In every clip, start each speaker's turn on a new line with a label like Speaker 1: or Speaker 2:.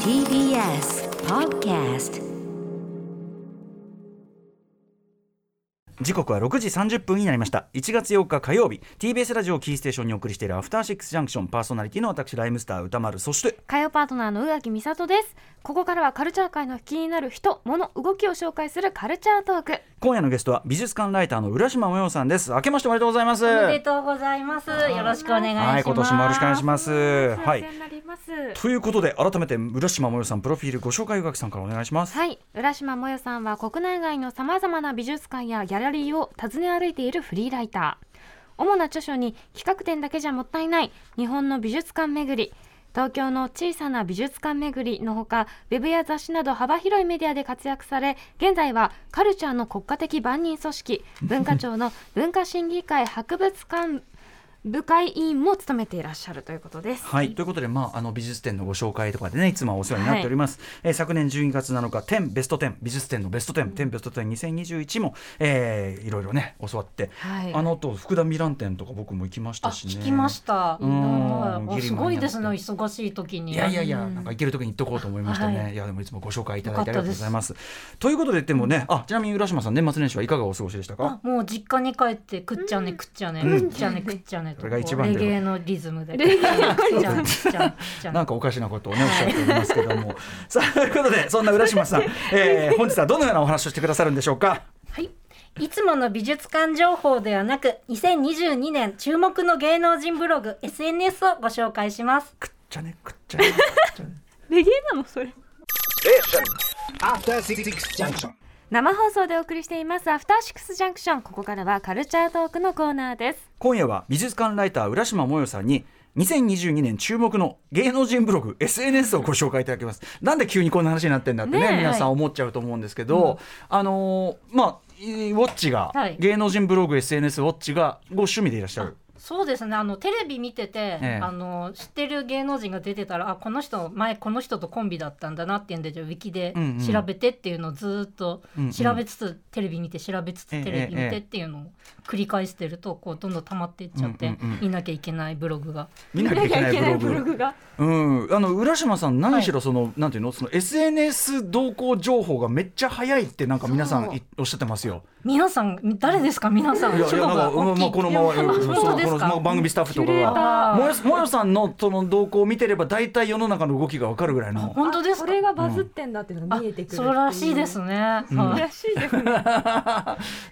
Speaker 1: TBS Podcast
Speaker 2: 時刻は6時30分になりました1月8日火曜日 TBS ラジオキーステーションにお送りしているアフターシックスジャンクションパーソナリティの私ライムスター歌丸そして
Speaker 3: 火曜パートナーの宇垣美里ですここからはカルチャー界の気になる人物動きを紹介するカルチャートーク
Speaker 2: 今夜のゲストは美術館ライターの浦島もよさんです明けましておめでとうございます
Speaker 4: おめでとうございます。よろしくお願いします。
Speaker 2: はい今年もよろしくお願いし
Speaker 4: ま
Speaker 2: ますはい
Speaker 3: になります
Speaker 2: ということで改めて浦島もよさんプロフィールご紹介宇垣さんからお願いします
Speaker 3: はい浦島もよさんは国内外のさまざまな美術館やギャラリーを訪ね歩いているフリーライター主な著書に企画展だけじゃもったいない日本の美術館巡り東京の小さな美術館巡りのほかウェブや雑誌など幅広いメディアで活躍され現在はカルチャーの国家的万人組織文化 庁の文化審議会博物館部会委員も務めていらっしゃるということです。
Speaker 2: はいということで、まあ、あの美術展のご紹介とかでねいつもはお世話になっております、えー昨年12月7日「10ベスト10美術展のベスト10」10ベスト102021」も、えーいろいろね教わって、
Speaker 3: はい
Speaker 2: あの後福田ミラン展とか僕も行きまし
Speaker 4: あ、
Speaker 2: たしね
Speaker 4: 聞きました。
Speaker 2: うん
Speaker 4: はい
Speaker 2: ギリマン
Speaker 4: あすごいですね、
Speaker 2: やって
Speaker 4: 忙しい時に。
Speaker 2: いやいやいや、
Speaker 3: うん
Speaker 2: なんか行ける時に行っとこうと思いましたね。、
Speaker 4: はい
Speaker 2: やでもいつもご紹介いただい
Speaker 4: よ
Speaker 2: て
Speaker 4: かった
Speaker 2: ありがとう
Speaker 4: で
Speaker 2: ご
Speaker 4: す
Speaker 2: ざいます。ということででもね、あちなみに浦島さん年末年始はいかがお過ごしでした
Speaker 4: あ
Speaker 2: か？
Speaker 4: もう実家に帰ってくっちゃねくっちゃね
Speaker 2: うん
Speaker 4: くっちゃねくっちゃねと
Speaker 2: それが一番だ
Speaker 4: レ
Speaker 2: よ
Speaker 4: ゲエのリズムでレゲエのリズムくっちゃねくっちゃ
Speaker 2: な
Speaker 4: ね
Speaker 2: んかおかしなことをねおっしゃっておりますけども、 さあということでそんな浦島さん、え ー、本日はどのようなお話をしてくださるんでしょうか。
Speaker 4: はいいつもの美術館情報ではなく2022年注目の芸能人ブログ SNS をご紹介します
Speaker 2: くっちゃねくっちゃね。
Speaker 3: レゲエなのそれ
Speaker 5: After Six Junction.
Speaker 3: 生放送でお送りしていますアフターシックスジャンクションここからはカルチャートークのコーナーです
Speaker 2: 今夜は美術館ライター浦島もよさんに。2022年注目の芸能人ブログ SNS をご紹介いただきます。なんで急にこんな話になってんだってね
Speaker 3: ねえ
Speaker 2: 皆さん思っちゃうと思うんですけど、あのーまあいウォッチが、
Speaker 4: はい
Speaker 2: 芸能人ブログ SNS ウォッチがご趣味でいらっしゃる。
Speaker 4: そうですねあのテレビ見てて、
Speaker 2: ええ
Speaker 4: あの知ってる芸能人が出てたらあこの人前この人とコンビだったんだなっていうんでじゃあウィキで
Speaker 2: うんうん
Speaker 4: 調べてっていうのをずーっと
Speaker 2: うんうん
Speaker 4: 調べつつ、テレビ見て調べつつ
Speaker 2: ええ
Speaker 4: テレビ見てっていうのを繰り返してるとこうどんどん溜まっていっちゃって、
Speaker 2: うんうんうん
Speaker 4: 見なきゃいけないブログが。
Speaker 2: 見なきゃいけないブロ グ。
Speaker 3: が
Speaker 2: うん、あの浦島さん、何しろその、なんていうの、その S. N. S. 動向情報がめっちゃ早いって、なんか皆さんいおっしゃってますよ。
Speaker 4: 皆さん誰ですか皆さん。
Speaker 2: いや、い
Speaker 4: 主
Speaker 2: や、
Speaker 4: 語
Speaker 2: なんか、
Speaker 4: が
Speaker 2: うん、
Speaker 4: 大
Speaker 2: ま
Speaker 4: き
Speaker 2: あ、
Speaker 4: い
Speaker 2: このまま、うんそう
Speaker 4: 本当
Speaker 2: こ
Speaker 4: です
Speaker 2: の
Speaker 4: か
Speaker 2: まあ番組スタッフとか
Speaker 3: キュレータ
Speaker 2: が。
Speaker 4: あー
Speaker 2: もよ、もよさんの、その動向を見てれば、大体世の中の動きがわかるぐらいの。
Speaker 4: 本当です
Speaker 6: そ
Speaker 4: か
Speaker 6: れがバズってんだっていうのが
Speaker 4: あ
Speaker 6: 見えてくるってい
Speaker 4: そううらしいですね。はい
Speaker 6: らしいですね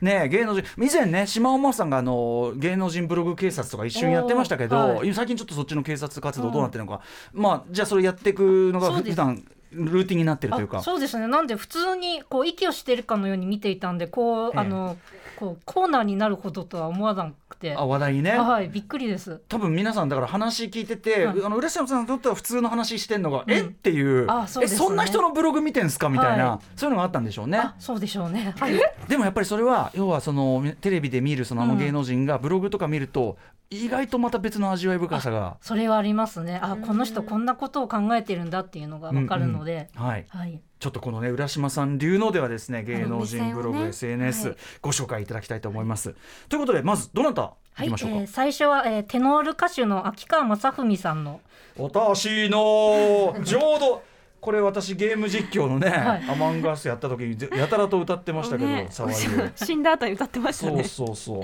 Speaker 2: ねえ、芸能人、以前ね、島尾真央さんが、あの、芸能人ブログ警察とか一瞬やってましたけど、
Speaker 4: おーはい
Speaker 2: 今最近ちょっとそっちの警察活動どうなってるのか。まあ、じゃ、あそれやっていくのが、
Speaker 4: そうです
Speaker 2: 普段、ルーティンになってるというか。
Speaker 4: あそうですねなんで普通にこう息をしてるかのように見ていたんでこう、
Speaker 2: ええ
Speaker 4: あのこうコーナーになるほどとは思わなくて
Speaker 2: あ、話題にね。
Speaker 4: はいびっくりです
Speaker 2: 多分皆さんだから話聞いてて、
Speaker 4: はい
Speaker 2: あの浦島さんにとっては普通の話してんのが、
Speaker 4: うん
Speaker 2: えっていう
Speaker 4: あそう
Speaker 2: え
Speaker 4: ですね
Speaker 2: そんな人のブログ見てんすかみたいな、
Speaker 4: は
Speaker 2: そういうのがあったんでしょうね
Speaker 4: あそうでしょう ねはい
Speaker 2: でもやっぱりそれは要はそのテレビで見るそのあの
Speaker 4: うん
Speaker 2: 芸能人がブログとか見ると、意外とまた別の味わい深さが、
Speaker 4: それはありますねあこの人こんなことを考えてるんだっていうのがわかるので、
Speaker 2: はい、
Speaker 4: はい
Speaker 2: ちょっとこのね浦島さん流のではですね芸能人ブログ、
Speaker 3: あの目線をね
Speaker 2: SNS、
Speaker 3: はい
Speaker 2: ご紹介いただきたいと思います、ということでまずどなた
Speaker 4: はいい、
Speaker 2: き
Speaker 4: え
Speaker 2: ましょうか、
Speaker 4: ー最初は、えーテノール歌手の秋川雅史さんの
Speaker 2: 私の浄土これ私ゲーム実況のね、
Speaker 4: はい
Speaker 2: アマンガースやった時にぜやたらと歌ってましたけど、
Speaker 3: ね
Speaker 2: 触りを。
Speaker 3: 死んだ後に歌ってました
Speaker 2: そう
Speaker 3: ね
Speaker 2: そうそ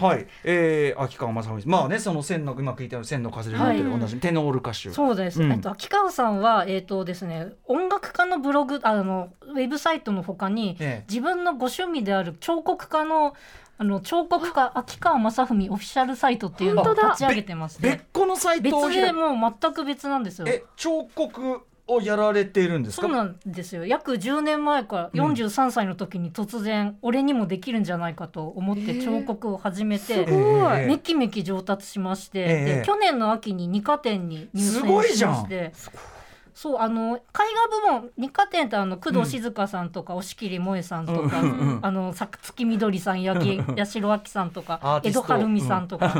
Speaker 2: う。はい、えー、秋川雅史、まあね、その千の、今聞いたように千の風でなってる、
Speaker 4: はい
Speaker 2: 同じテノール歌手。
Speaker 4: そうです、
Speaker 2: うん
Speaker 4: えっと秋川さんはえっ、とですね音楽家のブログあのウェブサイトの他に、
Speaker 2: ええ
Speaker 4: 自分のご趣味である彫刻家のあの彫刻家秋川雅史オフィシャルサイトっていうのを
Speaker 2: 本当だ
Speaker 4: 立ち上げてます
Speaker 2: 別
Speaker 4: ね。
Speaker 2: 個のサイ
Speaker 4: 別
Speaker 2: トを開
Speaker 4: で
Speaker 2: い
Speaker 4: もう全く別なんですよ。
Speaker 2: え、彫刻をやられているんです
Speaker 4: そう
Speaker 2: か。
Speaker 4: なんですよ約10年前から
Speaker 2: うん
Speaker 4: 43歳の時に突然、俺にもできるんじゃないかと思って彫刻を始めて、
Speaker 2: えー
Speaker 4: めきめき上達しまして、
Speaker 2: ええ
Speaker 4: で去年の秋に二課展に入
Speaker 2: すご
Speaker 4: 選
Speaker 2: いじ
Speaker 4: し
Speaker 2: ゃ
Speaker 4: ま
Speaker 2: ん
Speaker 4: してそうあの絵画部門二課展ってあの工藤静香さんとか、押切萌さんとか、
Speaker 2: うんうんうん
Speaker 4: あのさ月みどりさん八木八代亜紀さんと
Speaker 2: アー
Speaker 4: か
Speaker 2: ティ
Speaker 4: 江
Speaker 2: スト
Speaker 4: 戸晴美さんとか、
Speaker 2: ア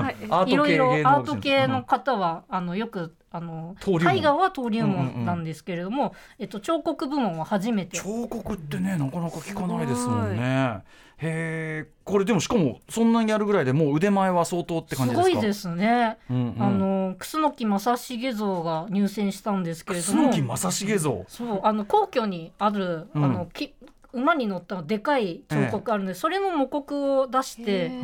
Speaker 2: ート
Speaker 4: いろい
Speaker 2: 系芸
Speaker 4: ろ
Speaker 2: 能人
Speaker 4: アート系の方は、あのよくあの
Speaker 2: 登竜門
Speaker 4: 絵画は登竜門なんですけれども、えっと、彫刻部門は初めて
Speaker 2: 彫刻ってねなかなか聞かないですもんねへえこれでもしかもそんなにやるぐらいでもう腕前は相当って感じです
Speaker 4: ご
Speaker 2: か
Speaker 4: いですね。
Speaker 2: うんうん
Speaker 4: あの楠木正成像が入選したんですけれども
Speaker 2: 楠木正成像
Speaker 4: そうあの皇居にある、
Speaker 2: うん
Speaker 4: あのき馬に乗ったでかい彫刻あるんで、それの模刻を出して
Speaker 2: うんう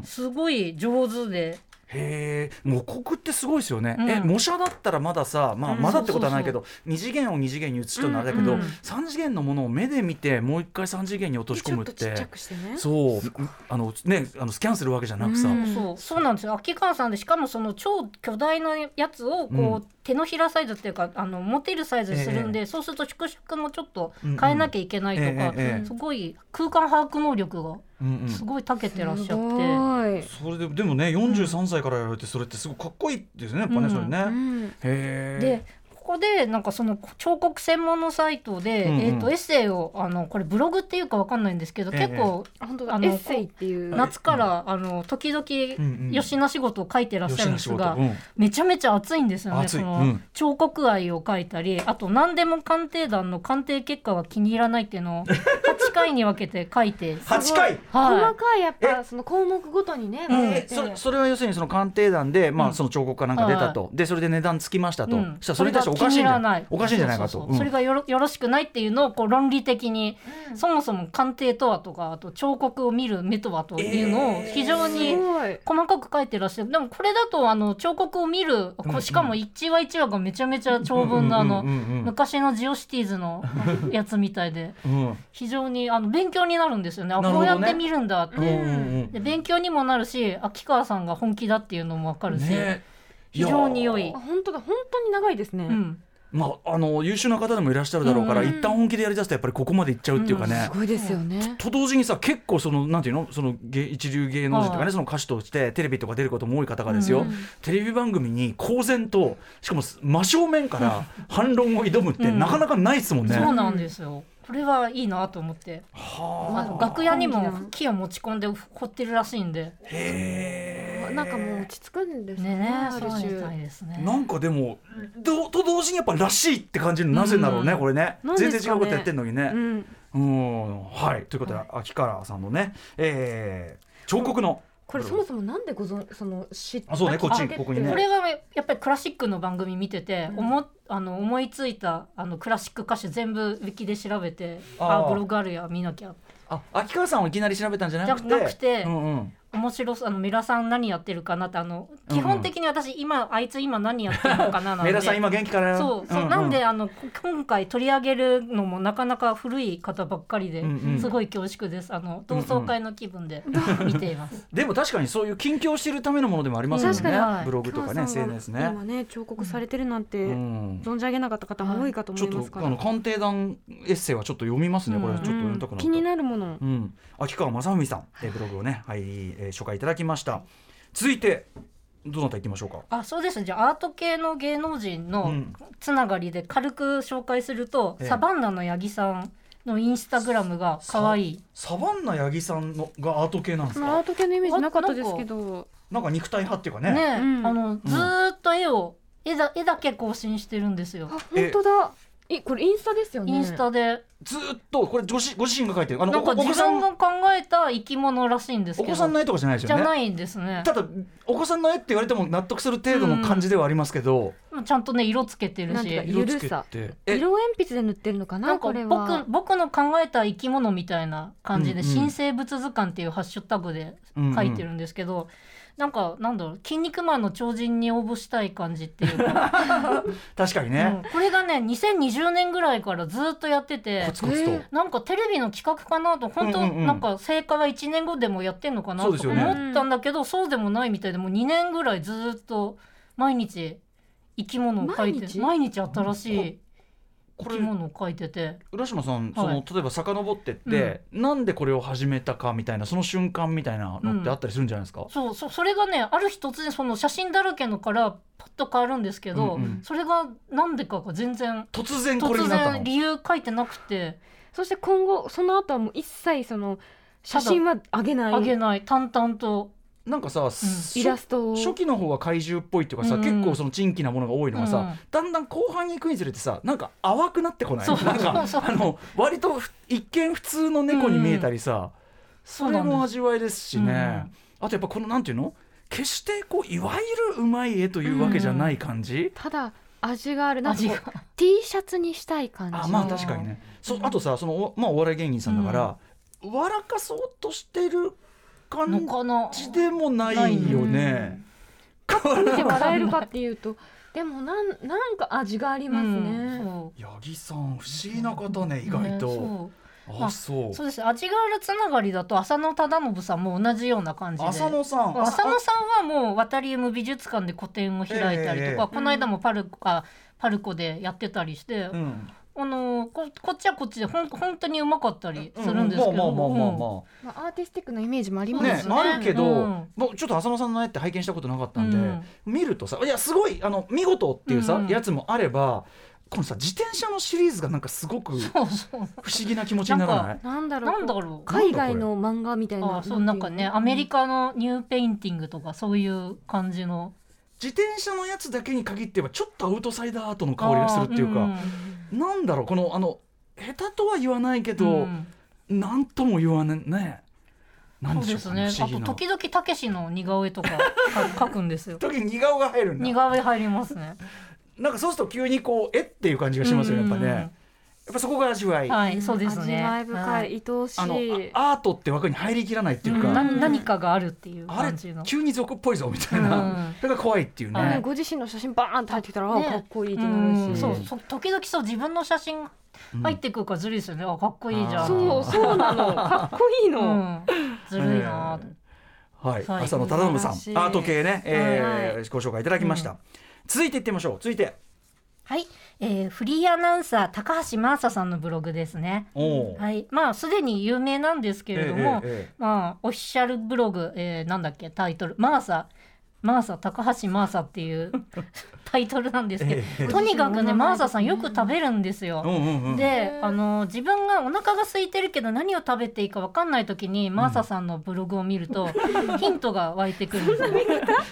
Speaker 2: ん
Speaker 4: すごい上手で
Speaker 2: へえ模刻ってすごいですよね、
Speaker 4: うん
Speaker 2: え模写だったらまださ、まあ、
Speaker 4: うん
Speaker 2: まだってことはないけど、二次元を二次元に移しとるのあれだけど、
Speaker 4: うんうん
Speaker 2: 三次元のものを目で見てもう一回三次元に落とし込むって
Speaker 6: ちょっとちっちゃくしてね。
Speaker 2: そうあの、ね、あのスキャンするわけじゃなくさ、
Speaker 6: うん
Speaker 4: そうそうなんですよ秋川さんでしかもその超巨大なやつをこう、
Speaker 2: うん
Speaker 4: 手のひらサイズっていうかあの持てるサイズにするんで、そうすると縮尺もちょっと変えなきゃいけないと
Speaker 2: うんうん
Speaker 4: か、
Speaker 2: ええええ
Speaker 4: すごい空間把握能力が
Speaker 2: うんうん
Speaker 4: すごい長けてらっしゃって。
Speaker 6: す
Speaker 2: それででもね43歳からやられてそれってすごいかっこいいですねやっぱね、
Speaker 4: うん
Speaker 2: それね、
Speaker 6: ごい。うん
Speaker 2: へえ
Speaker 4: でここでなんかその彫刻専門のサイトで、
Speaker 2: うんうん
Speaker 4: えー、とエッセイをあのこれブログっていうかわかんないんですけど、
Speaker 2: ええ
Speaker 4: 結構
Speaker 6: あ本当だ。エ
Speaker 4: あの
Speaker 6: ッセイっていう。
Speaker 4: 夏から、あの時々
Speaker 2: うんうん
Speaker 4: 吉名仕事を書いてらっしゃるんですが、
Speaker 2: 吉野仕事うん
Speaker 4: めちゃめちゃ熱いんですよね
Speaker 2: 熱い
Speaker 4: その、
Speaker 2: うん
Speaker 4: 彫刻愛を書いたりあと何でも鑑定団の鑑定結果が気に入らないっていう のを8回に分けて書いて。
Speaker 2: 8回
Speaker 4: は
Speaker 6: 細かいやっぱその項目ごとにね。
Speaker 4: うん
Speaker 6: 分け
Speaker 2: え
Speaker 6: て
Speaker 2: それそれは要するにその鑑定団で、まあ、その彫刻かなんか出たと、でそれで値段つきましたと、
Speaker 4: うん
Speaker 2: そしたらそれに対しておかしいん
Speaker 4: これが気に
Speaker 2: じゃ
Speaker 4: 入ら
Speaker 2: ないおかしいんじゃないか
Speaker 4: そう
Speaker 2: と
Speaker 4: そうそうそれがよろよろしくないっていうのをこう論理的に、
Speaker 6: うん
Speaker 4: そもそも鑑定とはとかあと彫刻を見る目とはというのを非常に
Speaker 6: すごい。
Speaker 4: 細かく書いてらっしゃるでもこれだとあの彫刻を見るこ
Speaker 2: うんう
Speaker 4: うんしかも一話一話がめちゃめちゃ長文のあ
Speaker 2: うん
Speaker 4: の
Speaker 2: うんうんうん
Speaker 4: 昔のジオシティーズのやつみたいで
Speaker 2: うんうん
Speaker 4: 非常にあの勉強になるんですよねあ
Speaker 2: なる
Speaker 4: こ
Speaker 2: ほ
Speaker 4: うや
Speaker 2: どね
Speaker 4: って見るんだって、
Speaker 2: うんうん
Speaker 4: で勉強にもなるし秋川さんが本気だっていうのも分か
Speaker 2: うん
Speaker 4: るし、
Speaker 2: ねい
Speaker 4: 非
Speaker 2: や
Speaker 4: 常に良い
Speaker 6: あ。本当だ本当に長いですね。
Speaker 4: うん
Speaker 2: まあ、あの優秀な方でもいらっしゃるだろうから、
Speaker 6: うん
Speaker 2: 一旦本気でやりだすとやっぱりここまでいっちゃうっていうかね、
Speaker 6: すごいですよね。
Speaker 2: と同時にさ結構そのなんていうのその芸一流芸能人とか
Speaker 4: は
Speaker 2: ね
Speaker 4: い
Speaker 2: その歌手としてテレビとか出ることも多い方がですよ、
Speaker 4: うん
Speaker 2: テレビ番組に公然としかも真正面から反論を挑むって
Speaker 4: うん
Speaker 2: なかなかないですもんね。
Speaker 4: そうなんですよこれはいいなと思ってあの
Speaker 2: はあ
Speaker 4: 楽屋にも
Speaker 6: 本気だ
Speaker 4: 木を持ち込んで掘ってるらしいんで
Speaker 2: へえ
Speaker 6: なんかもう落ち着くんですね。
Speaker 4: ね
Speaker 6: ある
Speaker 4: そうみ
Speaker 6: 種。
Speaker 4: たいですね。
Speaker 2: なんかでもどと同時にやっぱらしいって感じるのなぜだろうね、
Speaker 4: うん
Speaker 2: これね
Speaker 6: なんで
Speaker 2: 全
Speaker 6: すかね
Speaker 2: 然違うことやってんのにね。
Speaker 6: うん。
Speaker 2: うん、はいということで、秋川さんのね、えー、彫刻の
Speaker 6: これそもそもなんでご存その知った
Speaker 2: あそうねこっ
Speaker 6: きっ
Speaker 2: ち
Speaker 6: かけて
Speaker 2: ここにね
Speaker 4: これはやっぱりクラシックの番組見てて、
Speaker 6: うん
Speaker 4: おもあの思いついたあのクラシック歌手全部ウィキで調べて
Speaker 2: あ
Speaker 4: あ
Speaker 2: ー
Speaker 4: ブログあるや見なきゃ
Speaker 2: あ秋川さんをいきなり調べたんじゃなくて
Speaker 4: じゃなくて
Speaker 2: うんうん、
Speaker 4: 面白そうあのメラさん何やってるかなってあの
Speaker 2: うん
Speaker 4: 基本的に私今、あいつ今何やってるのか ななんで
Speaker 2: メラさん今元気かな
Speaker 4: そうそう、
Speaker 2: んん
Speaker 4: なんであのこ今回取り上げるのもなかなか古い方ばっかりで、
Speaker 2: うんうん
Speaker 4: すごい恐縮ですあの同窓会の気分 で見ています。
Speaker 2: でも確かにそういう近況してるためのものでもありますもんね
Speaker 6: 確
Speaker 4: かに
Speaker 2: ブログとか
Speaker 6: 秋
Speaker 2: ね
Speaker 6: 川さんが
Speaker 2: SNS ね
Speaker 6: 今ね彫刻されてるなんて
Speaker 2: うん
Speaker 6: 存じ上げなかった方も多いかと思
Speaker 2: ちょ
Speaker 6: い
Speaker 2: っ
Speaker 6: ま
Speaker 2: と
Speaker 6: すか
Speaker 2: あ
Speaker 6: ら。
Speaker 2: の鑑定団エッセイはちょっと読みますね、これちょっと読みたくなっ
Speaker 6: う
Speaker 2: た、
Speaker 6: ん気になるもの。
Speaker 2: うん、秋川正文さん、えーブログをね、はいえー紹介いただきました続いてどなた行きましょうか
Speaker 4: あそうですねじゃあアート系の芸能人
Speaker 2: う
Speaker 4: の
Speaker 2: ん
Speaker 4: つながりで軽く紹介すると、
Speaker 2: ええ
Speaker 4: サバンナの八木さんのインスタグラムが可愛い
Speaker 2: サバンナ八木さんのがアート系なんです
Speaker 6: そのアー
Speaker 2: か
Speaker 6: ト系のイメージなかったですけど。
Speaker 2: なんか肉体派っていうかね
Speaker 4: ねえ
Speaker 6: うん
Speaker 4: あのずーっと絵を絵だ絵だけ更新してるんですよ
Speaker 6: あ、本当だ。え、これインスタですよね。
Speaker 4: インス。タで
Speaker 2: ずーっとこれごしご自身が書いてるあ
Speaker 4: な
Speaker 2: の
Speaker 4: ん
Speaker 2: お
Speaker 4: か
Speaker 2: お子
Speaker 4: 自
Speaker 2: さん
Speaker 4: 分が考えた生き物らしいんです
Speaker 2: お
Speaker 4: け
Speaker 2: 子
Speaker 4: ど
Speaker 2: さんの絵とかじゃないです
Speaker 4: じ
Speaker 2: よ
Speaker 4: ゃ
Speaker 2: ね
Speaker 4: ないんですね
Speaker 2: ただお子さんの絵って言われても納得する程度の感じではありますけど、
Speaker 4: ちゃんとね色つけてる
Speaker 6: なんていうか
Speaker 4: し
Speaker 6: ゆ
Speaker 2: 色
Speaker 6: る
Speaker 2: つけ
Speaker 6: さ
Speaker 2: てえ
Speaker 6: 色鉛筆で塗ってるのか
Speaker 4: な
Speaker 6: な、
Speaker 4: んか
Speaker 6: これ
Speaker 4: 僕
Speaker 6: は。
Speaker 4: 僕の考えた生き物みたいな感じで「
Speaker 2: うんうん
Speaker 4: 新生物図鑑」っていうハッシュタグで書いてるんですけど、なんかなんだろう「筋肉マンの超人」に応募したい感じっていうか、
Speaker 2: 確かに
Speaker 4: う
Speaker 2: ね、
Speaker 4: んこれがね2020年ぐらいからずっとやってて
Speaker 2: コツコツと、
Speaker 6: えー
Speaker 4: なんかテレビの企画かなと本当、
Speaker 2: うんうんうん
Speaker 4: なんか成果は1年後でもやってんのかな
Speaker 2: そうです
Speaker 4: と
Speaker 2: よ
Speaker 4: 思
Speaker 2: ね
Speaker 4: ったんだけどそう,、でもないみたいでもう2年ぐらいずっと毎日生き物を描いて
Speaker 6: 毎日
Speaker 4: 毎日新しい
Speaker 2: こ
Speaker 4: 生
Speaker 2: れ
Speaker 4: き物を描いてて
Speaker 2: 浦島さんその、
Speaker 4: はい
Speaker 2: 例えば遡ってって、なんでこれを始めたかみたいなその瞬間みたいなのってあったりするんじゃないですか、
Speaker 4: そうそうそれがねある日突然その写真だらけのからパッと変わるんですけど、
Speaker 2: うんうん
Speaker 4: それがなんでかが全然
Speaker 2: 突然これ
Speaker 4: 突
Speaker 2: になった
Speaker 4: 然
Speaker 2: の
Speaker 4: 理由書いてなくて
Speaker 6: そして今後、その後はもう一切その。写真は上げない。
Speaker 4: あげない淡々と
Speaker 2: なんかさ、初
Speaker 6: イラストを
Speaker 2: 初期の方は怪獣っぽいっていうかさ、
Speaker 4: うん
Speaker 2: 結構その珍奇なものが多いのがさ、
Speaker 4: うん
Speaker 2: だんだん後半に行くにつれてさなんか淡くなってこない
Speaker 4: そうそう
Speaker 2: なんかあの割とふ一見普通の猫に見えたりさ、そ
Speaker 4: そ
Speaker 2: れ
Speaker 4: うなん
Speaker 2: も
Speaker 4: で
Speaker 2: 味わいですしね、あとやっぱこのなんていうの決してこういわゆるうまい絵というわけじゃない感じ、
Speaker 6: ただ味があるなんか
Speaker 4: 味
Speaker 6: こ
Speaker 4: が
Speaker 6: う T シャツにしたい感じ
Speaker 2: あまあ確かにねそあとさそのお,、まあ、お笑い芸人さんだから、笑かそうとしてる
Speaker 4: の
Speaker 2: 感
Speaker 4: かな
Speaker 2: じでもないよ ね。これ
Speaker 6: 見て笑えるかっていうとでもなんなんか味があります
Speaker 4: うん
Speaker 6: ね、
Speaker 4: そ
Speaker 2: 八木さん不思議な方ね
Speaker 4: う
Speaker 2: 意外
Speaker 4: ね
Speaker 2: と、
Speaker 4: そうま
Speaker 2: あ
Speaker 4: あ
Speaker 2: そう
Speaker 4: そうです味があるつながりだと浅野忠信さんも同じような感じで
Speaker 2: 浅野さん
Speaker 4: 浅野さんはもうワタリウム美術館で個展を開いたりとか、
Speaker 2: ええ
Speaker 4: この間もパルコかパルコでやってたりして、
Speaker 2: うん
Speaker 4: あのここっちはこっちでほん本当にうまかったりするんですけ
Speaker 2: ま
Speaker 4: ど、
Speaker 2: あまあまあまあまあ、
Speaker 6: まあ、アーティスティックなイメージもあります
Speaker 4: そう
Speaker 6: よ
Speaker 4: で
Speaker 2: ね
Speaker 4: す、ね
Speaker 2: あるけど、
Speaker 4: うん
Speaker 2: 僕ちょっと浅野さんの絵って拝見したことなかったんで、
Speaker 4: うん
Speaker 2: 見るとさいやすごいあの見事っていうさ、
Speaker 4: うん
Speaker 2: やつもあればこのさ自転車のシリーズがなんかすごく不
Speaker 4: うん そうそう
Speaker 2: 思議な気持ちにならない
Speaker 4: な
Speaker 6: なんだろう
Speaker 4: なんだ
Speaker 6: こ
Speaker 4: ろ
Speaker 6: う
Speaker 4: う
Speaker 2: なんだこれ
Speaker 6: 海外の漫画みたいな
Speaker 4: あそうなんかねアメリ
Speaker 6: カ
Speaker 4: カのニューペインティングとかそういう感じの
Speaker 2: 自転車のやつだけに限ってはちょっとアウトサイダーとの香りがするっていうか、なんだろうこのあの下手とは言わないけ
Speaker 4: うんう
Speaker 2: ど、
Speaker 4: ん
Speaker 2: なんとも言わねねなんで
Speaker 4: そう
Speaker 2: しょ
Speaker 4: で
Speaker 2: う
Speaker 4: すね
Speaker 2: 不
Speaker 4: あ
Speaker 2: 思
Speaker 4: と
Speaker 2: 議な
Speaker 4: 時々たけしの似顔絵とか 描くんですよ
Speaker 2: 時に似顔が入るんだ
Speaker 4: 似顔絵入りますね
Speaker 2: なんかそうすると急にこうえっていう感じがしますよねやっぱね、
Speaker 4: うんうんうん
Speaker 2: やっぱそこが味わい、
Speaker 4: はいそうですね
Speaker 6: 味わい深い、
Speaker 4: はい
Speaker 6: 愛おし
Speaker 2: あの
Speaker 6: い
Speaker 2: あアートって枠に入りきらないっていうか、
Speaker 4: うん
Speaker 6: な
Speaker 4: な何かがあるっていう
Speaker 2: あれ
Speaker 4: 感じの。
Speaker 2: 急に俗っぽいぞみたいうな、
Speaker 4: ん
Speaker 2: だから怖いっていうね、
Speaker 4: は
Speaker 6: ね
Speaker 4: い
Speaker 6: ご自身の写真バーンって入ってきたら、
Speaker 4: ね
Speaker 6: あかっこいいって
Speaker 4: う
Speaker 6: なる
Speaker 4: ん
Speaker 6: し
Speaker 4: そうそ時々そう自分の写真入ってくるからずるいですよね、あかっこいいじゃん
Speaker 6: そうそうなのかっこいいの、
Speaker 4: うん、ずるいなぁ、
Speaker 2: はい、
Speaker 4: はい
Speaker 2: 朝の忠信さん
Speaker 6: 素晴らしい
Speaker 2: アート系ね、えー
Speaker 6: は
Speaker 2: ご紹介いただきました、続いていってみましょう続いて
Speaker 4: はい、えーフリーアナウンサー高橋真麻さんのブログですね
Speaker 2: おー
Speaker 4: はいまあすでに有名なんですけれども、
Speaker 2: ええええ
Speaker 4: まあオフィシャルブログ、えーなんだっけタイトル「マーサマーサ高橋マーサ」っていう タイトルなんですけど、
Speaker 2: ええ
Speaker 4: とにかくねマーサさんよく食べるんですよ。
Speaker 2: うんうんうん
Speaker 4: で、あの自分がお腹が空いてるけど何を食べていいかわかんない時にマーサさんのブログを見ると、ヒントが湧いてくるん ですよ。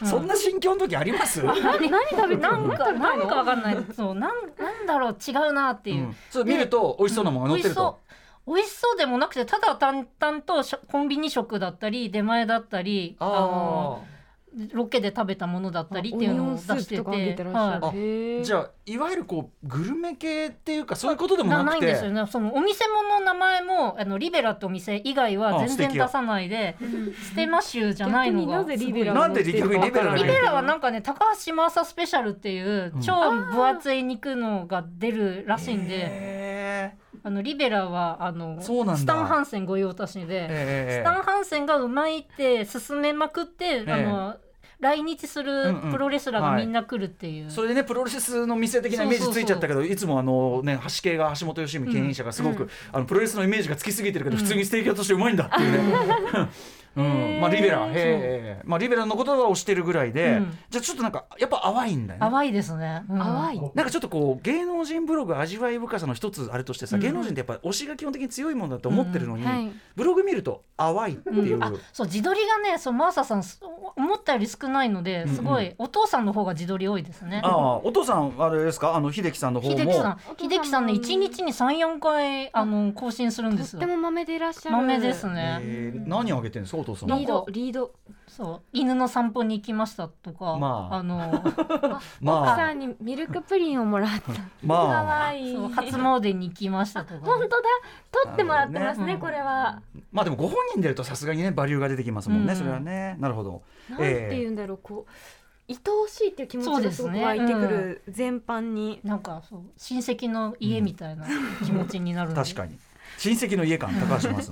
Speaker 2: そんな心境の時あります、うん
Speaker 4: 何食べなんかなんかわかんない。そうなんなんだろう違うなっていう。
Speaker 2: そう見ると美味しそうなものが載ってると、
Speaker 4: 美味しそうでもなくてただ淡々としょコンビニ食だったり出前だったりあの
Speaker 2: あ
Speaker 4: ロケで食べたものだったりっていうのを出してて
Speaker 6: オニオンスープとか入れてらっしゃ
Speaker 4: は
Speaker 6: る、へ
Speaker 2: はいあ
Speaker 6: ー
Speaker 2: じゃあいわゆるこうグルメ系っていうかそういうことで
Speaker 4: い
Speaker 2: も
Speaker 4: な
Speaker 2: な
Speaker 4: な
Speaker 2: く
Speaker 4: いん
Speaker 2: て
Speaker 4: ですよねそのお店もの名前もあのリベラってお店以外
Speaker 2: あ
Speaker 4: は
Speaker 2: 素
Speaker 4: 全
Speaker 2: 敵
Speaker 4: 然
Speaker 2: や
Speaker 4: 出さないでステマ州じゃないのが
Speaker 6: 逆になぜリベラ
Speaker 2: なんで逆にリベラ
Speaker 4: リ
Speaker 2: ル
Speaker 4: ベラはなんかね高橋真麻スペシャルっていう
Speaker 2: うん
Speaker 4: 超分厚い肉のが出るらしいんで、
Speaker 2: へ
Speaker 4: あのリベラはあの
Speaker 2: そうなんだ
Speaker 4: スタン・ハンセン御用達で、ス
Speaker 2: え
Speaker 4: タン・ハンセンがうまいって勧めまくって、
Speaker 2: え
Speaker 4: あの来日するプロレスラーがみんな来るっていう。
Speaker 2: それでねプロレスの店的なイメージついちゃったけどいつもあのね橋系が橋本良美経営者がすごく、あのプロレスのイメージがつきすぎてるけど、普通にステーキ屋としてうまいんだっていうね。うんまあ、リベラへえ、まあ、リベラのことは推してるぐらいで、
Speaker 4: うん
Speaker 2: じゃあちょっとなんかやっぱ淡いんだよね。
Speaker 4: 淡いですね。うん
Speaker 6: 淡い
Speaker 2: なんかちょっとこう芸能人ブログ味わい深さの一つあれとしてさ、
Speaker 4: うん
Speaker 2: 芸能人ってやっぱ推しが基本的に強いものだと思ってるのに、
Speaker 6: うんはい
Speaker 2: ブログ見ると淡いっていう、
Speaker 4: うんあそう自撮りがねそうマーサさんす思ったより少ないので
Speaker 2: んうん
Speaker 4: すごい、お父さんの方が自撮り多いですね
Speaker 2: あ。あお父さんあれですかあの秀樹さんの方も
Speaker 4: 秀樹
Speaker 6: お
Speaker 4: さん
Speaker 6: 父さんも
Speaker 4: 秀樹さんね一日に三四回あの更新するんです
Speaker 6: と
Speaker 4: よ
Speaker 6: って。も豆でいらっしゃる
Speaker 4: 豆ですね。
Speaker 2: えー何あげてるんですかお父さんは
Speaker 6: リードリード
Speaker 4: そう犬の散歩に行きましたとか、
Speaker 2: まあ
Speaker 4: あの
Speaker 6: 奥
Speaker 2: ま
Speaker 6: さ
Speaker 2: あ
Speaker 6: んにミルクプリンをもら ったか
Speaker 2: まあ
Speaker 6: わいい
Speaker 4: そう
Speaker 6: 本
Speaker 4: 初詣に行きましたと か。
Speaker 6: 当だ取ってもらってます
Speaker 4: な
Speaker 6: ね
Speaker 4: る
Speaker 6: こ
Speaker 4: ほどね
Speaker 6: れは
Speaker 2: まあでもご本人出るとさすがにねバリューが出てきますもんね、
Speaker 4: うん
Speaker 2: それはねなるほど
Speaker 6: なん
Speaker 2: ええ
Speaker 6: て言うんだろうこう愛おしいっていう気持ちがすごく
Speaker 4: そうですね
Speaker 6: 湧いてくる全般に
Speaker 4: なんかそう親戚の家みたいな気持ちになるんで
Speaker 2: 確かに親戚の家感高橋ます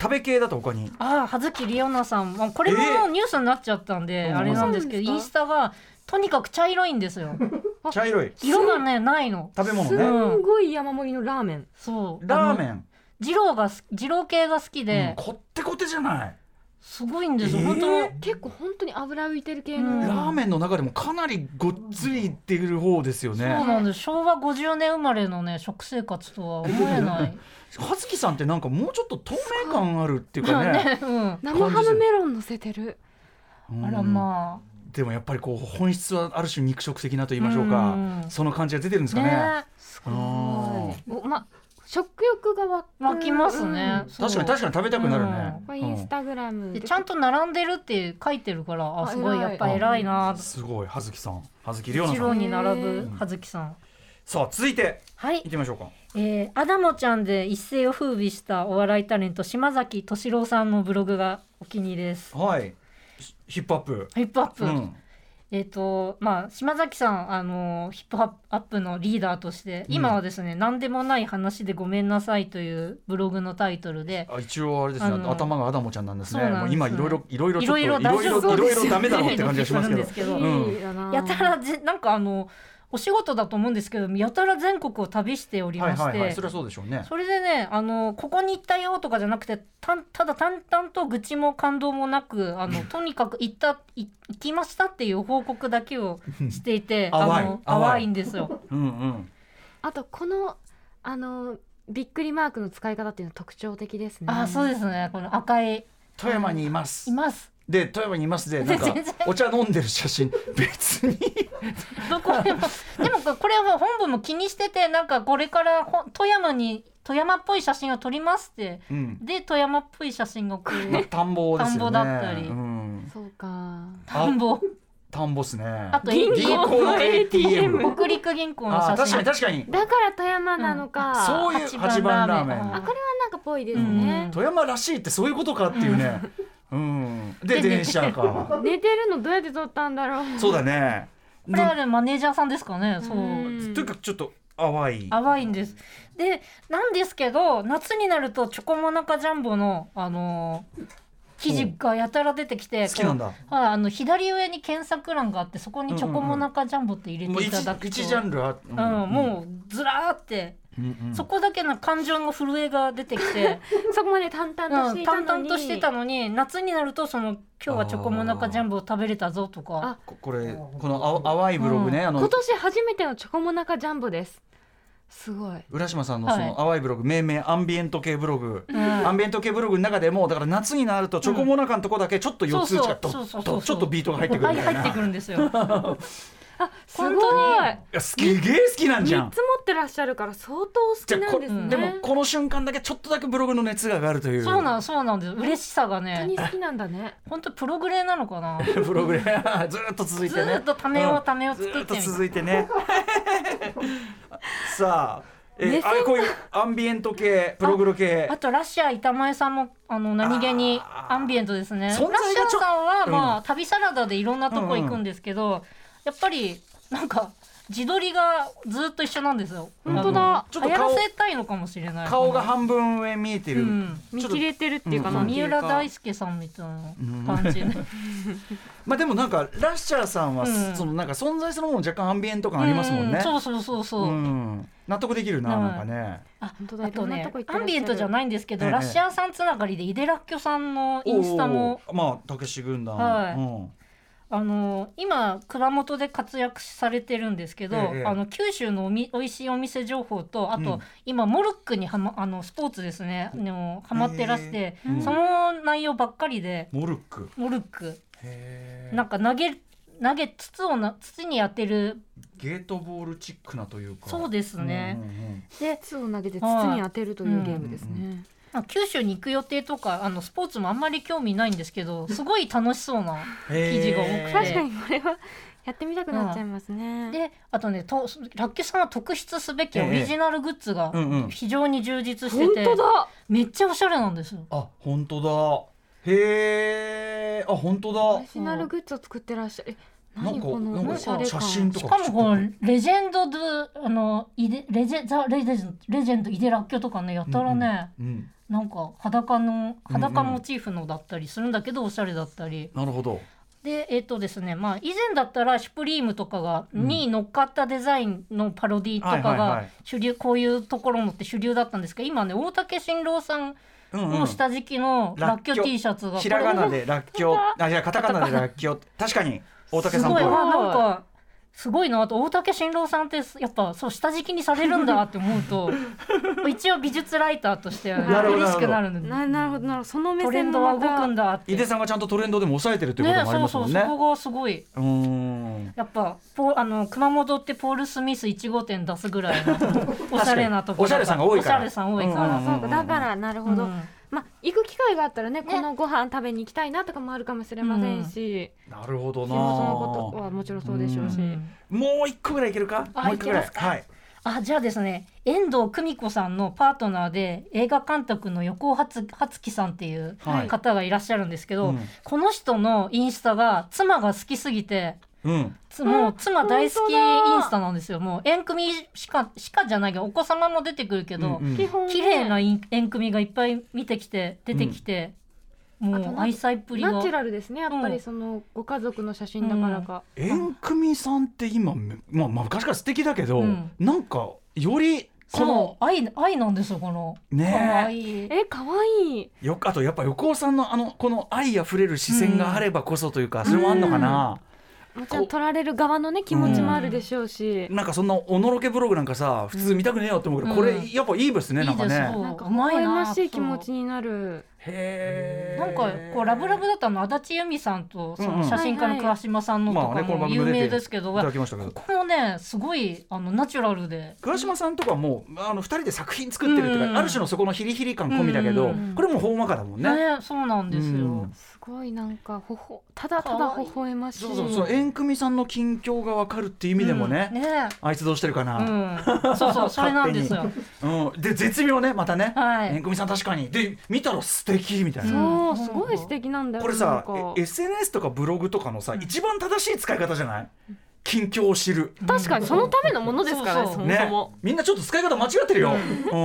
Speaker 2: 食べ系だと他に
Speaker 4: ああ葉月里央奈さんまあこれも
Speaker 2: え
Speaker 4: もうニュースになっちゃったんで、
Speaker 2: うん
Speaker 4: あれなんですけど
Speaker 6: そうなん
Speaker 4: イン
Speaker 6: です
Speaker 4: スタがとにかく茶色いんですよ
Speaker 2: 茶色い
Speaker 4: 色がねないの
Speaker 2: 食べ物
Speaker 6: す
Speaker 2: ね
Speaker 4: うん
Speaker 6: んごい山盛りのラーメン
Speaker 4: そう
Speaker 2: ラー
Speaker 4: ン
Speaker 2: メン、
Speaker 4: 二郎がす二郎系が好き
Speaker 2: うん
Speaker 4: で、
Speaker 2: こってこってじゃない
Speaker 4: すごいんですよ、
Speaker 2: えー
Speaker 4: 本当
Speaker 6: 結構本当に油浮いてる系
Speaker 4: うん
Speaker 6: の
Speaker 2: ラーメンの中でもかなりごっつりいってる方ですよ
Speaker 4: そう
Speaker 2: ね
Speaker 4: なんです昭和50年生まれのね食生活とは思えない
Speaker 2: 葉月さ んってなんかもうちょっと透明感あるっていう
Speaker 4: ま
Speaker 2: か
Speaker 4: あ
Speaker 2: ね
Speaker 4: ね、うん、
Speaker 6: 生ハムメロン乗せてる
Speaker 2: うん
Speaker 6: あらま
Speaker 2: でもやっぱりこう本質はある種肉食的なと言いましょう
Speaker 6: う
Speaker 2: か
Speaker 6: ん
Speaker 2: その感じが出てるんです
Speaker 6: あ。
Speaker 2: かね
Speaker 6: ねす
Speaker 2: ごいあ
Speaker 6: ごい。ま食欲が湧く
Speaker 1: 湧きますね
Speaker 6: うん
Speaker 2: 確かに確かに食べたくなるね
Speaker 6: うん
Speaker 3: これインスタグラム
Speaker 1: で
Speaker 3: で
Speaker 1: ちゃんと並んでるって書いてるからあ
Speaker 6: あ
Speaker 1: すごい
Speaker 6: 偉い
Speaker 1: やっぱ偉いな
Speaker 2: すごい葉月さん葉月亮
Speaker 1: 一
Speaker 2: 奈さ
Speaker 1: 郎
Speaker 2: ん
Speaker 1: に並ぶ葉月さん
Speaker 2: さあ続いて
Speaker 4: はい
Speaker 2: いきましょうか
Speaker 4: えー、アダモちゃんで一世を風靡したお笑いタレント島崎敏郎さんのブログがお気に入りです。
Speaker 2: はいヒップアップ
Speaker 4: ヒップアップ、
Speaker 2: うん
Speaker 4: えっ、とまあ島崎さんあのヒップアップのリーダーとして
Speaker 2: うん
Speaker 4: 今はですね、何でもない話でごめんなさいというブログのタイトルで
Speaker 2: あ一応あれです
Speaker 4: あ
Speaker 2: ね
Speaker 4: の
Speaker 2: 頭がアダモちゃんなんですね
Speaker 4: そうなんで
Speaker 2: もう
Speaker 4: す
Speaker 2: 今いろいろいろいろ
Speaker 4: い
Speaker 2: ちょ
Speaker 4: ろ
Speaker 2: っとい
Speaker 4: い
Speaker 2: ろ
Speaker 4: ろ
Speaker 2: い
Speaker 4: 大丈
Speaker 2: ろい
Speaker 4: 夫
Speaker 2: ろ
Speaker 4: です
Speaker 2: い
Speaker 4: よ
Speaker 2: ろ
Speaker 4: ね
Speaker 2: ダメだろうって感じがしますけ
Speaker 4: するんで
Speaker 2: ど
Speaker 4: す
Speaker 2: う
Speaker 4: けど
Speaker 2: ん
Speaker 6: いいだな。
Speaker 4: やたらぜなんかあのお仕事だと思うんですけどやたら全国を旅しており
Speaker 2: は
Speaker 4: ま
Speaker 2: い
Speaker 4: して、
Speaker 2: はいはいそれはそうでしょうね
Speaker 4: それでねあのここに行ったよとかじゃなくてたんただ淡々と愚痴も感動もなくあ のとにかく行ったい行きましたっていう報告だけをしていて
Speaker 2: 淡い
Speaker 4: あの
Speaker 2: 淡い
Speaker 4: 淡いんですよ。
Speaker 2: うんうん
Speaker 3: あとこのあのびっくりマークの使い方っていうのは特徴的ですね
Speaker 4: あそうですねこの赤い
Speaker 2: 富山にいます
Speaker 4: います
Speaker 2: で富山にいますでなんか
Speaker 4: 全然
Speaker 2: お茶飲んでる写真別に
Speaker 4: どこでもでもこれは本部も気にしててなんかこれからほん富山に富山っぽい写真を撮りますって
Speaker 2: うん
Speaker 4: で富山っぽい写真がこ
Speaker 2: ま あ
Speaker 4: う
Speaker 2: 田んぼです
Speaker 4: 田んぼ
Speaker 2: よね
Speaker 4: だったり
Speaker 2: うん
Speaker 3: そうか
Speaker 4: 田んぼ
Speaker 2: 田んぼっすね
Speaker 4: あと
Speaker 2: 銀行の ATM
Speaker 4: 北陸銀行の
Speaker 2: あー
Speaker 4: 写
Speaker 2: 確かに
Speaker 4: 真
Speaker 2: 確かに
Speaker 3: だから富山なのか、
Speaker 2: そ
Speaker 3: あ
Speaker 2: ういう八
Speaker 4: 八番
Speaker 2: 番ラ
Speaker 4: ラ
Speaker 2: ー
Speaker 4: ー
Speaker 2: メ
Speaker 4: メン
Speaker 2: ン
Speaker 4: あ
Speaker 3: これはなんかぽいです
Speaker 4: うん
Speaker 3: ね、
Speaker 2: 富山らしいってそういうことかっていうねうんで
Speaker 4: で
Speaker 2: 電車か
Speaker 3: 寝てるのどうやって撮ったんだろう
Speaker 2: そうだね
Speaker 4: これあれマネージャーさんですかねそう
Speaker 3: うん
Speaker 2: というかちょっと淡い
Speaker 4: 淡いんです。でなんですけど夏になるとチョコモナカジャンボのあのー記事がやたら出てきて
Speaker 2: 好きなん
Speaker 4: こ
Speaker 2: だ
Speaker 4: うはいあの左上に検索欄があってそこにチョコモナカジャンボって入れ
Speaker 2: もう
Speaker 4: てい
Speaker 2: 一
Speaker 4: ただくと、
Speaker 2: 一ジャンルあうん
Speaker 4: うん、もうずらーって、
Speaker 2: うんうん
Speaker 4: そこだけの感情の震えが出てきて、
Speaker 3: そこまで淡々とし
Speaker 4: うん
Speaker 3: ていたの
Speaker 4: 淡
Speaker 3: に、
Speaker 4: 々としてたのに夏になるとその今日はチョコモナカジャンボを食べれたぞとか
Speaker 3: あ
Speaker 2: ここれこのあ淡いブログねあ
Speaker 3: 今
Speaker 2: の
Speaker 3: 年初めてのチョコモナカジャンボですすごい
Speaker 2: 浦島さんのその
Speaker 4: は
Speaker 2: 淡いブログ命名アンビエント系ブログ
Speaker 4: うん
Speaker 2: アンビエント系ブログの中でもだから夏になるとチョコモナカのとこだけちょっと四つ打ちがド
Speaker 4: そうそうそ
Speaker 2: ッ
Speaker 4: うそうそ
Speaker 2: と
Speaker 4: う
Speaker 2: ちょっとビートが入ってくる
Speaker 4: はい
Speaker 2: みたい
Speaker 4: 入っ
Speaker 2: な
Speaker 4: てくるんですよ。
Speaker 3: あすごい
Speaker 4: 本当に
Speaker 2: いやすげえ好きなんじゃ
Speaker 3: 三
Speaker 2: ん
Speaker 3: つ持ってらっしゃるから相当お好きなんですね
Speaker 2: でもこの瞬間だけちょっとだけブログの熱が上がるという
Speaker 4: そうなんそうなんです嬉しさがね
Speaker 3: 本当に好きなんだね
Speaker 4: 本当プログレなのかな
Speaker 2: ブログで ずーっと続い
Speaker 4: ず
Speaker 2: て
Speaker 4: ー
Speaker 2: ね
Speaker 4: っとため
Speaker 2: う
Speaker 4: を
Speaker 2: ん
Speaker 4: ためを
Speaker 2: ず
Speaker 4: 作
Speaker 2: ー
Speaker 4: っ
Speaker 2: ってと
Speaker 4: みた
Speaker 2: 続いてね さあえ
Speaker 3: 目
Speaker 2: ー、
Speaker 3: 線
Speaker 2: あれこういうアンビエント系プログロ系
Speaker 4: あとラッシャー板前さんもあの何気に
Speaker 2: あー
Speaker 4: アンビエントですねラッシ
Speaker 2: 存在
Speaker 4: ャ
Speaker 2: がちょ
Speaker 4: ーさんは、
Speaker 2: うん
Speaker 4: まあ旅サラダでいろんなとこ行くんですけど、やっぱりなんか自撮りがずーっと一緒なんですよ
Speaker 2: 本
Speaker 3: 当だ
Speaker 4: ち
Speaker 2: ち
Speaker 4: ょっ
Speaker 2: ょ
Speaker 4: と
Speaker 2: っと
Speaker 4: 流
Speaker 2: 顔
Speaker 4: 行らせたいのかもしれない
Speaker 2: 顔が半分上見えて
Speaker 4: う
Speaker 2: る、
Speaker 4: ん
Speaker 3: 見切れてるっていうか
Speaker 2: うん
Speaker 3: な、
Speaker 4: 三浦大輔さんみたいな感じで、
Speaker 2: まあでもなんかラッシャーさんは、
Speaker 4: うん
Speaker 2: そのなんか存在そのもの若干アンビエント感 ありますもんね
Speaker 4: うそうそうそうそう、
Speaker 2: うん納得できるな、
Speaker 4: うん
Speaker 2: なんかね
Speaker 4: あ
Speaker 3: 本当だ
Speaker 4: あと
Speaker 3: いろんな
Speaker 4: ね
Speaker 3: とこ行って
Speaker 4: ア
Speaker 3: らっしゃる
Speaker 4: ンビエントじゃないんですけど、
Speaker 2: ええ
Speaker 4: ラッシャーさんつながりで井出らっきょさんのインスタも
Speaker 2: おーまあたけし軍団、
Speaker 4: はい
Speaker 2: うん
Speaker 4: あの今熊本で活躍されてるんですけど、
Speaker 2: ええ
Speaker 4: あの九州のおみ美味しいお店情報とあと、
Speaker 2: うん
Speaker 4: 今モルックにはまあのスポーツですねあのハマってらして、
Speaker 2: うん
Speaker 4: その内容ばっかりで
Speaker 2: モルック
Speaker 4: モルック
Speaker 2: へー
Speaker 4: なんか投げ投げ筒をな筒に当てる
Speaker 2: ゲートボールチックなというか
Speaker 4: そうですね
Speaker 2: うんうんうん
Speaker 3: で筒を投げて筒に当てるというゲームですね、
Speaker 2: うん
Speaker 4: あ九州に行く予定とかあのスポーツもあんまり興味ないんですけどすごい楽しそうな。記事が多くて
Speaker 2: へー
Speaker 3: 確かにこれはやってみたくなっちゃいますね、
Speaker 4: であとねとラッキョさんは特筆すべき
Speaker 2: ええ
Speaker 4: オリジナルグッズが
Speaker 2: うんうん
Speaker 4: 非常に充実して
Speaker 3: 本
Speaker 4: て、
Speaker 3: 当だ
Speaker 4: めっちゃおしゃれなんですよ。
Speaker 2: あ本当だへえあ本当
Speaker 3: オ
Speaker 2: だ
Speaker 3: リジナルグッズを作ってらっしゃるえ
Speaker 2: なん
Speaker 3: 何
Speaker 2: か
Speaker 3: こ
Speaker 2: なん
Speaker 3: の
Speaker 2: か
Speaker 3: おしゃれ
Speaker 2: 写
Speaker 3: 感
Speaker 2: 真と
Speaker 4: し
Speaker 2: か
Speaker 4: かもこのレジェンドドゥあのイデレジェザレジェンレジェンドイデラッキョとかねやたらね、
Speaker 2: うん
Speaker 4: なんか裸の裸モチーフのだったりするんだけどおしゃれだったり、
Speaker 2: なるほど
Speaker 4: でえっ、とですねまあ以前だったらシュプリームとかが、
Speaker 2: うん
Speaker 4: に乗っかったデザインのパロディとか
Speaker 2: はいはいは
Speaker 4: が
Speaker 2: い
Speaker 4: 主流、こういうところのって主流だったんですけど今ね大竹新郎さん
Speaker 2: うんうん
Speaker 4: の下敷きの
Speaker 2: ラ
Speaker 4: ラ
Speaker 2: ッ
Speaker 4: ッキ
Speaker 2: キョ
Speaker 4: ョ T シャツが
Speaker 2: ひらがなでらっきょうあいやカタカナでらっきょう確かに大竹
Speaker 4: す
Speaker 2: さんっ
Speaker 4: ごい
Speaker 2: ぽい
Speaker 4: わなんかすごいなと大竹新郎さんってやっぱそう下敷きにされるんだって思うと 一応美術ライターとして
Speaker 2: なるほど
Speaker 4: 嬉しくなるんで
Speaker 3: ななるほどなるほどその目
Speaker 4: トレン
Speaker 3: 線
Speaker 4: ド
Speaker 3: も
Speaker 4: は
Speaker 3: ま
Speaker 4: 動
Speaker 3: た
Speaker 4: くんだって
Speaker 2: 井出さんがちゃんとトレンドでも抑えてるってこと
Speaker 4: ね
Speaker 2: もあり
Speaker 4: そう
Speaker 2: ます
Speaker 4: そ
Speaker 2: も
Speaker 4: うんそ
Speaker 2: ね。
Speaker 4: こがすごい
Speaker 2: ーん
Speaker 4: やっぱポーあの熊本ってポール・スミス1号店出すぐら いのおしゃれなとこ
Speaker 2: おしゃれさんが多いから
Speaker 4: おしゃれさん多いか
Speaker 2: うん
Speaker 4: ら、
Speaker 3: あそうかだからなるほど、
Speaker 4: うん
Speaker 3: まあ行く機会があったらねこのご飯食べに行きたいなとかもあるかもしれませんし、
Speaker 2: なるほど
Speaker 3: 地
Speaker 2: な。
Speaker 3: 元のことはもちろんそうでしょうし、
Speaker 4: うん
Speaker 2: もう一個ぐらいいけるか。
Speaker 4: あ
Speaker 2: もう一個ぐら
Speaker 4: いけ
Speaker 2: い。
Speaker 4: ますか
Speaker 2: はい。
Speaker 4: あじゃあですね遠藤久美子さんのパートナーで映画監督の横尾初初樹さんっていう
Speaker 2: はい
Speaker 4: 方がいらっしゃるんですけど、
Speaker 2: うん
Speaker 4: この人のインスタが妻が好きすぎて
Speaker 2: うん。
Speaker 4: つもう妻大好きインスタなんですよもう縁組しかしかじゃないけどお子様も出てくるけど、
Speaker 2: うんうん
Speaker 3: 基本ね
Speaker 4: 綺麗なイン縁組がいっぱい見てきて出てきて、
Speaker 3: あ
Speaker 4: も
Speaker 3: と
Speaker 4: う
Speaker 3: な
Speaker 4: 愛妻っぷりが
Speaker 3: ナチュラルですねやっぱ
Speaker 4: う
Speaker 3: り
Speaker 4: ん
Speaker 3: そのご家族の写真だからか、
Speaker 2: 縁組さんって今めまあまあ昔から素敵だけど、
Speaker 4: うん
Speaker 2: なんかよりこの
Speaker 4: そう愛愛なんですよこの可
Speaker 2: ね
Speaker 4: 愛い
Speaker 3: え可愛い
Speaker 2: えよあとやっぱ横尾さんのあのこの愛あふれる視線があればこそというか、それもあんのかな、
Speaker 3: もちろん取られる側のね気持ちもあるでしょうし、
Speaker 2: なんかそんなおのろけブログなんかさ普通見たくねえよって思うけど、これやっぱいいですねなんか
Speaker 4: いいで
Speaker 2: ね
Speaker 4: すそう
Speaker 3: なんか
Speaker 4: う
Speaker 3: 微
Speaker 4: まい
Speaker 3: 笑
Speaker 4: な
Speaker 3: ましい気持ちになる
Speaker 2: へえ
Speaker 4: なんかこうラブラブだったの足立由美さんとその写真家の倉島さんの
Speaker 2: まあね
Speaker 4: とか
Speaker 2: この
Speaker 4: も
Speaker 2: 番組
Speaker 4: 有
Speaker 2: も出て
Speaker 4: 名ですけど、
Speaker 2: いただきましたけど
Speaker 4: ここもねすごいあのナチュラルで
Speaker 2: 倉島さんとかもうあの2人で作品作ってるっていうか、
Speaker 4: うん
Speaker 2: ある種のそこのヒリヒリ感込みだけど、
Speaker 4: うん
Speaker 2: これもほんまかだもんね。
Speaker 4: ねそうなんですよ、
Speaker 2: うん
Speaker 3: すごいなんかほほただただ微笑ましい
Speaker 2: そうそうその縁組さんの近況が分かるっていう意味でもね、
Speaker 4: うんね
Speaker 2: あいつどうしてるかな、
Speaker 4: うん、そう そうそれなんですよ
Speaker 2: うんで絶妙ねまたね、
Speaker 4: はい
Speaker 2: 縁組さん確かにで見たら素敵みたいな、
Speaker 3: そうすごい素敵なんだよ
Speaker 2: これさ
Speaker 3: なんか
Speaker 2: え SNS とかブログとかのさ、一番正しい使い方じゃない近況を知る、
Speaker 6: 確かにそのためのものですからね
Speaker 4: そう
Speaker 6: そ
Speaker 4: そ
Speaker 6: もそ
Speaker 2: ね
Speaker 6: も、
Speaker 2: みんなちょっと使い方間違ってるよ、う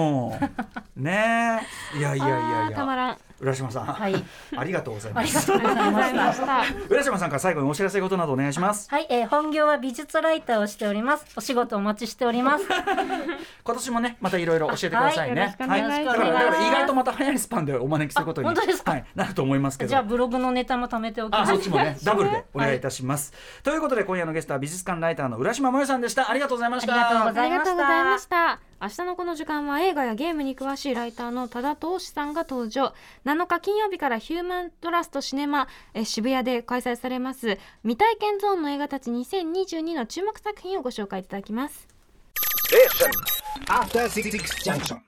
Speaker 2: ん、ねえいやいやいや
Speaker 3: あ
Speaker 2: い
Speaker 3: ーたま
Speaker 2: や
Speaker 3: らん
Speaker 2: 浦島さん、
Speaker 4: はい
Speaker 2: ありがとうござい
Speaker 4: あ
Speaker 2: ま
Speaker 4: り
Speaker 2: す
Speaker 4: がとうございま
Speaker 3: あ
Speaker 4: し
Speaker 3: り
Speaker 4: た
Speaker 3: ました
Speaker 2: 浦島さんから最後にお知らせことなどお願いします
Speaker 4: はい、えー本業は美術ライターをしておりますお仕事お待ちしております
Speaker 2: 今年もねまたいろいろ教えてくださいね
Speaker 3: あはいよろしくお
Speaker 2: だ
Speaker 3: 願いします
Speaker 2: からだから意外とまた早いスパンでお招きすることに
Speaker 4: あ本当ですか
Speaker 2: はい、なると思いますけど
Speaker 4: じゃあブログのネタも貯めておき
Speaker 2: あ
Speaker 4: ます
Speaker 2: そっ ちもねダブルでお願いいたします、ということで今夜のゲストは美術館ライターの浦島もよさんでしたありがとうございました
Speaker 4: ありがとうございました
Speaker 3: ありがとうございました明日のこの時間は映画やゲームに詳しいライターの多田投資さんが登場7日金曜日からヒューマントラストシネマえー渋谷で開催されます未体験ゾーンの映画たち2022の注目作品をご紹介いただきます
Speaker 5: Station. After Six Junction.